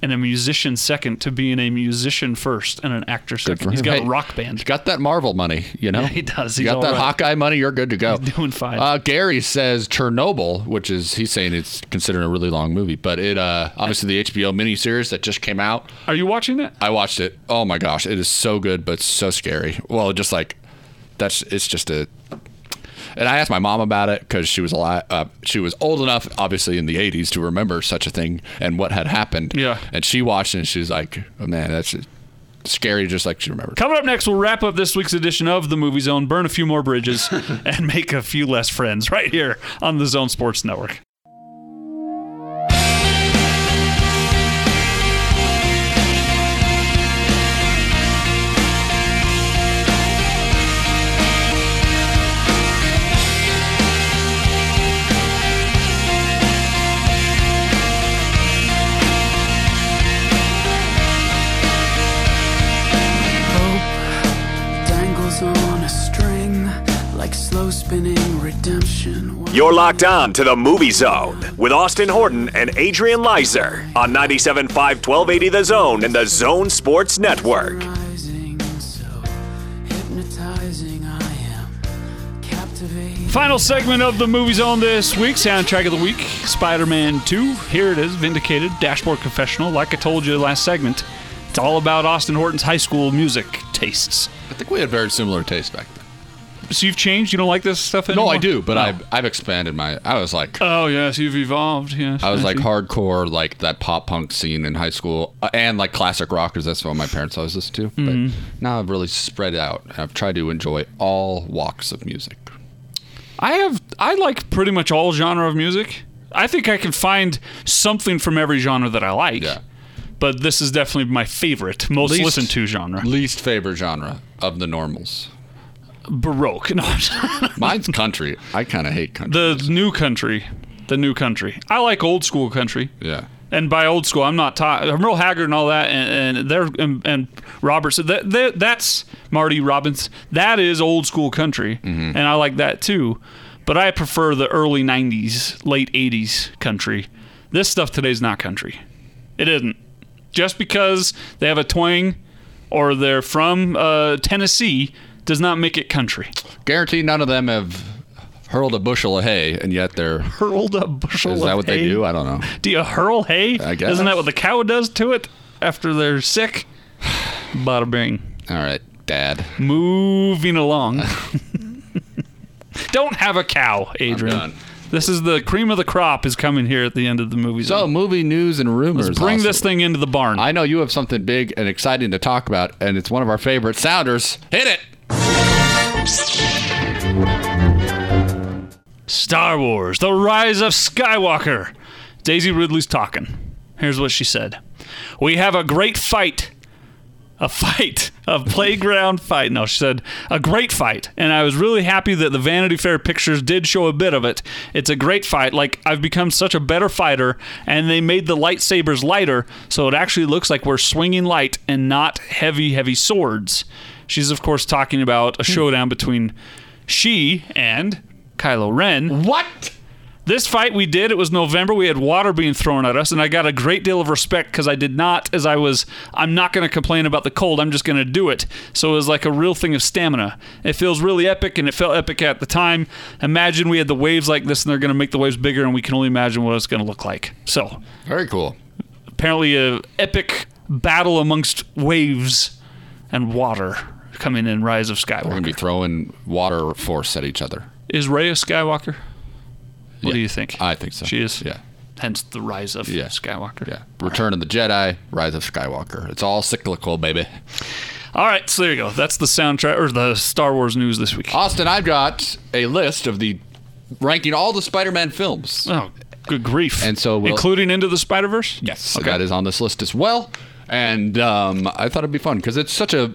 B: and a musician second to being a musician first and an actor second. He's got
C: Hey,
B: a rock
C: He's
B: band.
C: got that Marvel money, you know.
B: he does.
C: You
B: He's
C: got that
B: all right.
C: Hawkeye money. You're good to go.
B: He's doing fine.
C: Uh, Gary says Chernobyl, which is he's saying it's considered a really long movie, but it uh, obviously the HBO miniseries that just came out.
B: Are you watching that?
C: I watched it. Oh my gosh, it is so good, but so scary. Well, just like that's it's just a. And I asked my mom about it because she was alive. Uh, she was old enough, obviously in the '80s, to remember such a thing and what had happened.
B: Yeah.
C: And she watched it and she's like, oh, "Man, that's scary," just like she remembered.
B: Coming up next, we'll wrap up this week's edition of the Movie Zone, burn a few more bridges, and make a few less friends right here on the Zone Sports Network.
E: Hope dangles on a string like slow spinning redemption.
A: You're locked on to the Movie Zone with Austin Horton and Adrian Leiser on 97.5 1280 The Zone and the Zone Sports Network.
E: Rising, so hypnotizing I am, captivating.
B: Final segment of the Movie Zone this week, soundtrack of the week, Spider Man 2. Here it is, Vindicated, Dashboard Confessional. Like I told you last segment, it's all about Austin Horton's high school music tastes.
C: I think we had very similar taste back then.
B: so you've changed. You don't like this stuff
C: No,
B: anymore.
C: I do, but I've I've expanded my. I was like,
B: Oh yes, you've evolved. Yes.
C: I was like
B: see.
C: hardcore, like that pop punk scene in high school, uh, and like classic rock because that's what my parents always listened to. But
B: Mm-hmm.
C: now I've really spread out. I've tried to enjoy all walks of music.
B: I have. I like pretty much all genre of music. I think I can find something from every genre that I like.
C: Yeah.
B: But this is definitely my favorite, most
C: Least-
B: listened to genre.
C: Least favorite genre of the normals.
B: Baroque. No,
C: Mine's country. I kind of hate country.
B: the new country. The new country. I like old school country.
C: yeah.
B: And by old school, I'm not ta Merle Haggard and all that, and, and they're and, and Robertson. That, that that's Marty Robbins. That is old school country,
C: Mm-hmm.
B: and I like that too. But I prefer the early '90s, late '80s country. This stuff today's not country. It isn't. Just because they have a twang, or they're from uh, Tennessee, does not make it country.
C: Guarantee none of them have hurled a bushel of hay, and yet they're.
B: Hurled a bushel.
C: Is
B: of
C: that what
B: hay.
C: they do? I don't know.
B: Do you hurl hay?
C: I guess.
B: Isn't that what the cow does to it after they're sick? Bada bing.
C: All right, Dad.
B: Moving along. Don't have a cow, Adrian.
C: done.
B: This is the cream of the crop is coming here at the end of the movie.
C: So,
B: zone.
C: movie news and rumors.
B: bring
C: also.
B: this thing into the barn.
C: I know you have something big and exciting to talk about, and it's one of our favorite sounders. Hit it.
B: Star Wars: The Rise of Skywalker. Daisy Ridley's talking. Here's what she said: We have a great fight. A fight, a playground fight. No, she said, a great fight. And I was really happy that the Vanity Fair pictures did show a bit of it. It's a great fight. Like, I've become such a better fighter, and they made the lightsabers lighter, so it actually looks like we're swinging light and not heavy, heavy swords. She's, of course, talking about a showdown between she and Kylo Ren.
C: What?
B: This fight we did, it was November. We had water being thrown at us, and I got a great deal of respect because I did not, as I was, I'm not going to complain about the cold. I'm just going to do it. So it was like a real thing of stamina. It feels really epic, and it felt epic at the time. Imagine we had the waves like this, and they're going to make the waves bigger, and we can only imagine what it's going to look like. So
C: Very cool.
B: apparently, a epic battle amongst waves and water coming in Rise of
C: We're
B: Skywalker.
C: gonna be throwing water force at each other.
B: Is Rey a Skywalker? What
C: Yeah.
B: do you think?
C: I think so.
B: She is.
C: Yeah.
B: Hence the Rise of
C: Yeah.
B: Skywalker.
C: Yeah. Return of the Jedi, Rise of Skywalker. It's all cyclical, baby.
B: All right, so there you go. That's the soundtrack or the Star Wars news this week.
C: Austin, I've got a list of the ranking all the Spider-Man films.
B: Oh, good grief!
C: And so we'll-
B: including into the Spider Verse.
C: Yes, so that is on this list as well. And um, I thought it'd be fun because it's such a,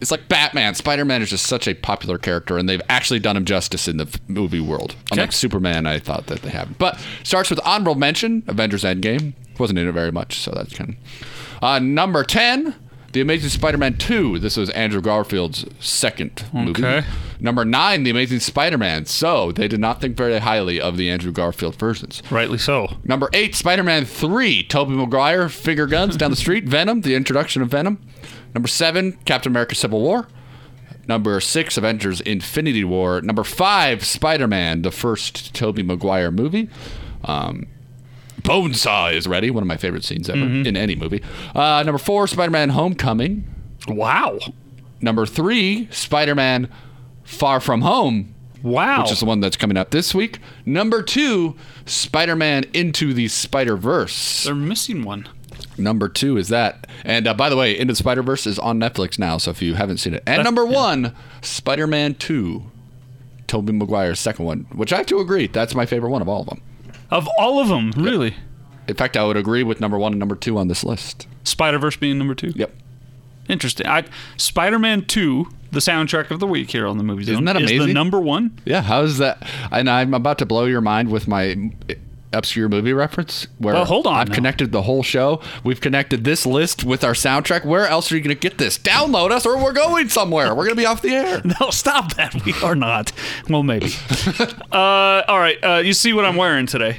C: it's like Batman. Spider Man is just such a popular character, and they've actually done him justice in the f- movie world. Unlike Superman, I thought that they haven't. But starts with honorable mention: Avengers Endgame. Wasn't in it very much, so that's kind of uh, number ten. The Amazing Spider-Man 2. This was Andrew Garfield's second movie.
B: Okay.
C: Number nine, The Amazing Spider-Man. So they did not think very highly of the Andrew Garfield versions.
B: Rightly so.
C: Number eight, Spider-Man three, Tobey Maguire, finger guns down the street, Venom, the introduction of Venom. Number seven, Captain America: Civil War. Number six, Avengers: Infinity War. Number five, Spider-Man, the first Tobey Maguire movie. Um, Bonesaw is ready, one of my favorite scenes ever in any movie. Uh, number four, Spider-Man: Homecoming.
B: Wow,
C: Number three, Spider-Man: Far From Home,
B: wow.
C: which is the one that's coming up this week. Number two, Spider Man Into the Spider Verse.
B: They're missing one.
C: Number two is that. And uh, by the way, Into the Spider Verse is on Netflix now, so if you haven't seen it. And number one, Spider Man 2, Tobey Maguire's second one, which I have to agree, that's my favorite one of all of them.
B: Of all of them, really.
C: In fact, I would agree with number one and number two on this list.
B: Spider Verse being number two.
C: Yep.
B: Interesting. I Spider Man Two, the soundtrack of the week here on the movie. Zone,
C: that
B: Is the
C: amazing?
B: number one?
C: Yeah, how's that? And I'm about to blow your mind with my obscure movie reference. Where
B: Oh, hold on
C: I've
B: now.
C: connected the whole show. We've connected this list with our soundtrack. Where else are you going to get this? Download us, or we're going somewhere. We're going to be off the air.
B: No, stop that. We are not. Well, maybe. uh, all right. Uh, you see what I'm wearing today?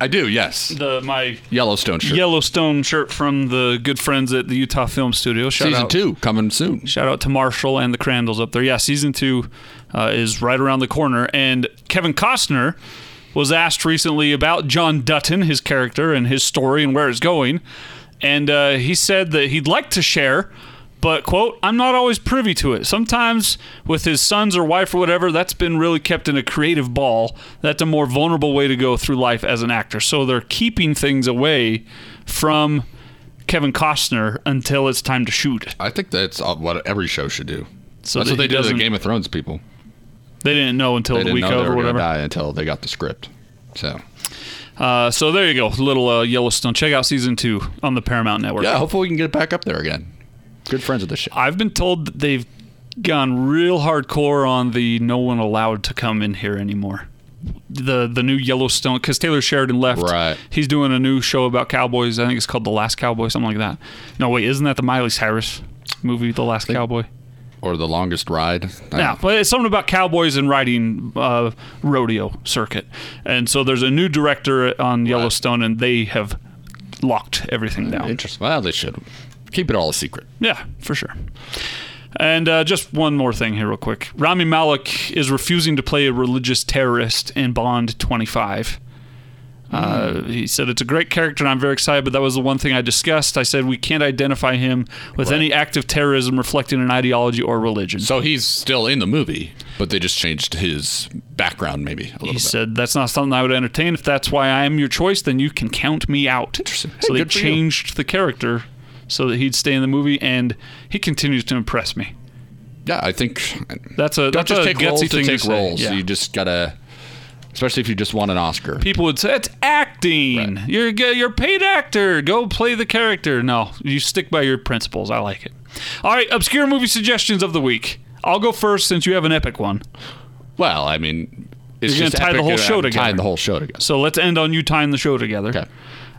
C: I do. Yes,
B: The my
C: Yellowstone shirt.
B: Yellowstone shirt from the good friends at the Utah Film Studio. Shout
C: Season
B: out,
C: two coming soon.
B: Shout out to Marshall and the Crandalls up there. Yeah, season two uh, is right around the corner. And Kevin Costner was asked recently about John Dutton, his character, and his story and where it's going. And uh, he said that he'd like to share But quote, I'm not always privy to it. Sometimes with his sons or wife or whatever, that's been really kept in a creative ball. That's a more vulnerable way to go through life as an actor. So they're keeping things away from Kevin Costner until it's time to shoot.
C: I think that's all- what every show should do.
B: So
C: that's
B: that
C: what they
B: he
C: did to the
B: doesn't-
C: Game of Thrones people.
B: They didn't know until
C: They
B: the
C: didn't
B: week
C: know
B: of
C: they were
B: or
C: going to
B: whatever.
C: die until they got the script. So
B: Uh, so there you go, little uh, Yellowstone. Check out season two on the Paramount Network.
C: yeah, hopefully we can get it back up there again. Good friends of the show.
B: I've been told that they've gone real hardcore on the no one allowed to come in here anymore. The the new Yellowstone because Taylor Sheridan left.
C: Right.
B: He's doing a new show about cowboys. I think it's called The Last Cowboy, something like that. No wait, isn't that the Miley Cyrus movie, The Last Cowboy?
C: Or the longest ride.
B: Yeah, but it's something about cowboys and riding uh, rodeo circuit. And so there's a new director on Yellowstone, and they have locked everything down.
C: Interesting. Well, they should keep it all a secret.
B: Yeah, for sure. And uh, just one more thing here, real quick. Rami Malek is refusing to play a religious terrorist in Bond 25. Uh, he said it's a great character, and I'm very excited. But that was the one thing I discussed. I said we can't identify him with any act of terrorism reflecting an ideology or religion.
C: So he's still in the movie, but they just changed his background maybe a little
B: he
C: bit.
B: said that's not something I would entertain. If that's why I am your choice, then you can count me out. Interesting. So
C: Hey,
B: they
C: good for you.
B: changed the character so that he'd stay in the movie, and he continues to impress me.
C: yeah, I think
B: That's a
C: Don't
B: that's
C: just
B: a
C: take
B: gutsy
C: roles
B: thing
C: to take
B: say.
C: roles.
B: Yeah.
C: You just gotta, especially if you just won an Oscar.
B: people would say it's acting. You're g- you're a paid actor. Go play the character. No, you stick by your principles. I like it. All right, obscure movie suggestions of the week. I'll go first since you have an epic one.
C: Well, I mean, it's
B: You're gonna
C: just
B: tie the
C: epic
B: whole
C: to
B: show
C: have
B: together.
C: Tied the whole show together.
B: So let's end on you tying the show together.
C: Okay.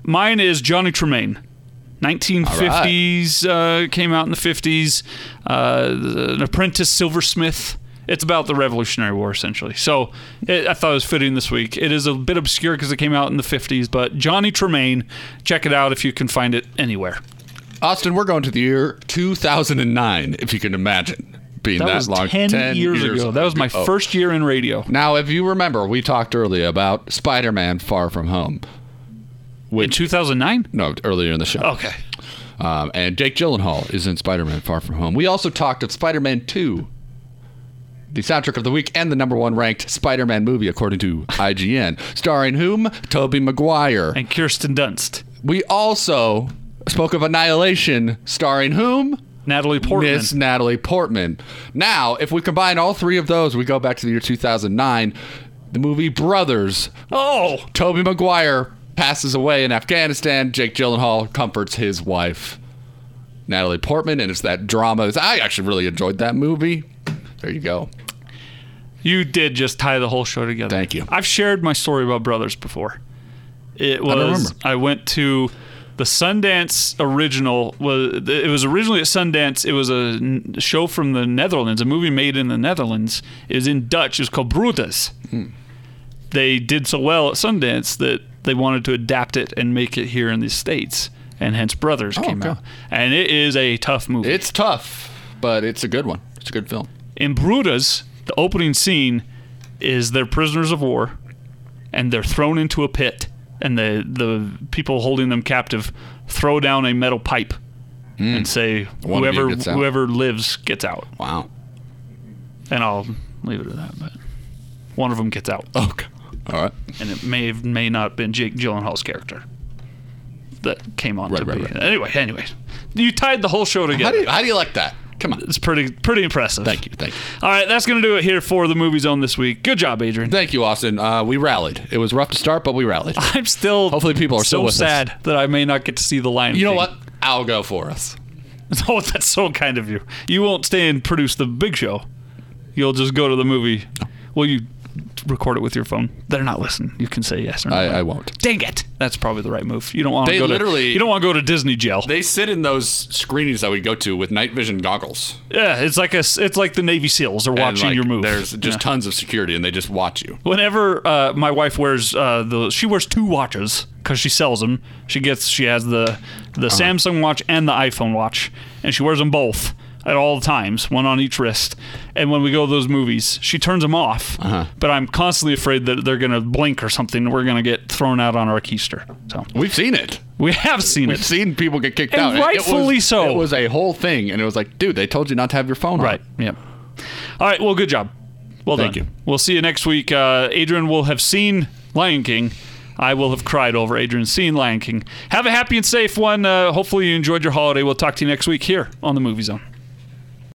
B: Mine is Johnny Tremaine. 1950s uh, came out in the 50s. Uh, an apprentice silversmith. It's about the Revolutionary War essentially. So it, I thought it was fitting this week. It is a bit obscure because it came out in the 50s, but Johnny Tremaine. Check it out if you can find it anywhere.
C: Austin, we're going to the year 2009, if you can imagine being that,
B: That, was
C: long.
B: 10, years, ago. That was my
C: ago.
B: first year in radio.
C: Now, if you remember, we talked earlier about Spider-Man: Far From Home.
B: In 2009.
C: No, earlier in the show.
B: Okay. Oh.
C: Um, and Jake Gyllenhaal is in Spider-Man: Far From Home. We also talked of Spider-Man 2, the soundtrack of the week and the number one ranked Spider-Man movie according to IGN, starring whom? Tobey Maguire.
B: And Kirsten Dunst,
C: We also spoke of Annihilation, starring whom?
B: Natalie Portman.
C: Miss Natalie Portman. Now, if we combine all three of those, we go back to the year 2009. The movie Brothers.
B: Oh,
C: Tobey Maguire passes away in Afghanistan. Jake Gyllenhaal comforts his wife, Natalie Portman, and it's that drama. I actually really enjoyed that movie. There you go.
B: You did just tie the whole show together.
C: Thank you.
B: I've shared my story about brothers before. It
C: don't
B: was
C: remember.
B: I, went to the Sundance original was it was originally at Sundance. It was a n- show from the Netherlands, a movie made in the Netherlands. It was in Dutch. It was called Brutus.
C: Hmm.
B: They did so well at Sundance that they wanted to adapt it and make it here in the states, and hence Brothers came
C: Oh, okay.
B: out. And it is a tough movie.
C: It's tough, but it's a good one. It's a good film.
B: In Brutus, the opening scene is they're prisoners of war and they're thrown into a pit and the the people holding them captive throw down a metal pipe and say
C: Hmm. One of you
B: whoever
C: gets out."
B: whoever lives gets out.
C: Wow.
B: And I'll leave it at that, but one of them gets out.
C: Okay. Oh, All right.
B: And it may have, may not have been Jake Gyllenhaal's character that came on
C: Right,
B: to
C: right,
B: be.
C: right.
B: Anyway, anyway. You tied the whole show
C: How do,
B: together.
C: you, how do you like that? Come on.
B: It's pretty pretty impressive.
C: Thank you. Thank you.
B: All right, that's going to do it here for the Movie Zone this week. Good job, Adrian.
C: Thank you, Austin. Uh, we rallied. It was rough to start, but we rallied.
B: I'm still
C: Hopefully people are
B: so
C: still with us.
B: sad that I may not get to see the Lion.
C: You know
B: King.
C: what? I'll go for us.
B: Oh, that's so kind of you. You won't stay and produce the big show. You'll just go to the movie. Well, you record it with your phone. They're not listening. You can say yes or no.
C: I, I won't.
B: Dang it! That's probably the right move. You don't want
C: They
B: to go
C: literally-
B: to. You don't want to go to Disney jail.
C: They sit in those screenings that we go to with night vision goggles.
B: yeah, it's like a. s- It's like the Navy SEAls are
C: And,
B: watching
C: like,
B: your move.
C: There's just
B: Yeah.
C: tons of security, and they just watch you.
B: Whenever uh, my wife wears uh, the, she wears two watches because she sells them. She gets, she has the the Samsung watch and the iPhone watch, and she wears them both. at all times, one on each wrist. And when we go to those movies, she turns them off. But I'm constantly afraid that they're going to blink or something. and We're going to get thrown out on our keister. So
C: We've seen it.
B: we have seen
C: We've
B: it.
C: seen people get kicked
B: And
C: out. It- it was-
B: rightfully so.
C: It was a whole thing, and it was like, dude, they told you not to have your phone. on.
B: Right. Yep. All right. Well, good job. Well
C: Thank
B: done.
C: you.
B: We'll see you next week. Uh, Adrian will have seen Lion King. I will have cried over Adrian seeing Lion King. Have a happy and safe one. Uh, hopefully, you enjoyed your holiday. We'll talk to you next week here on the Movie Zone.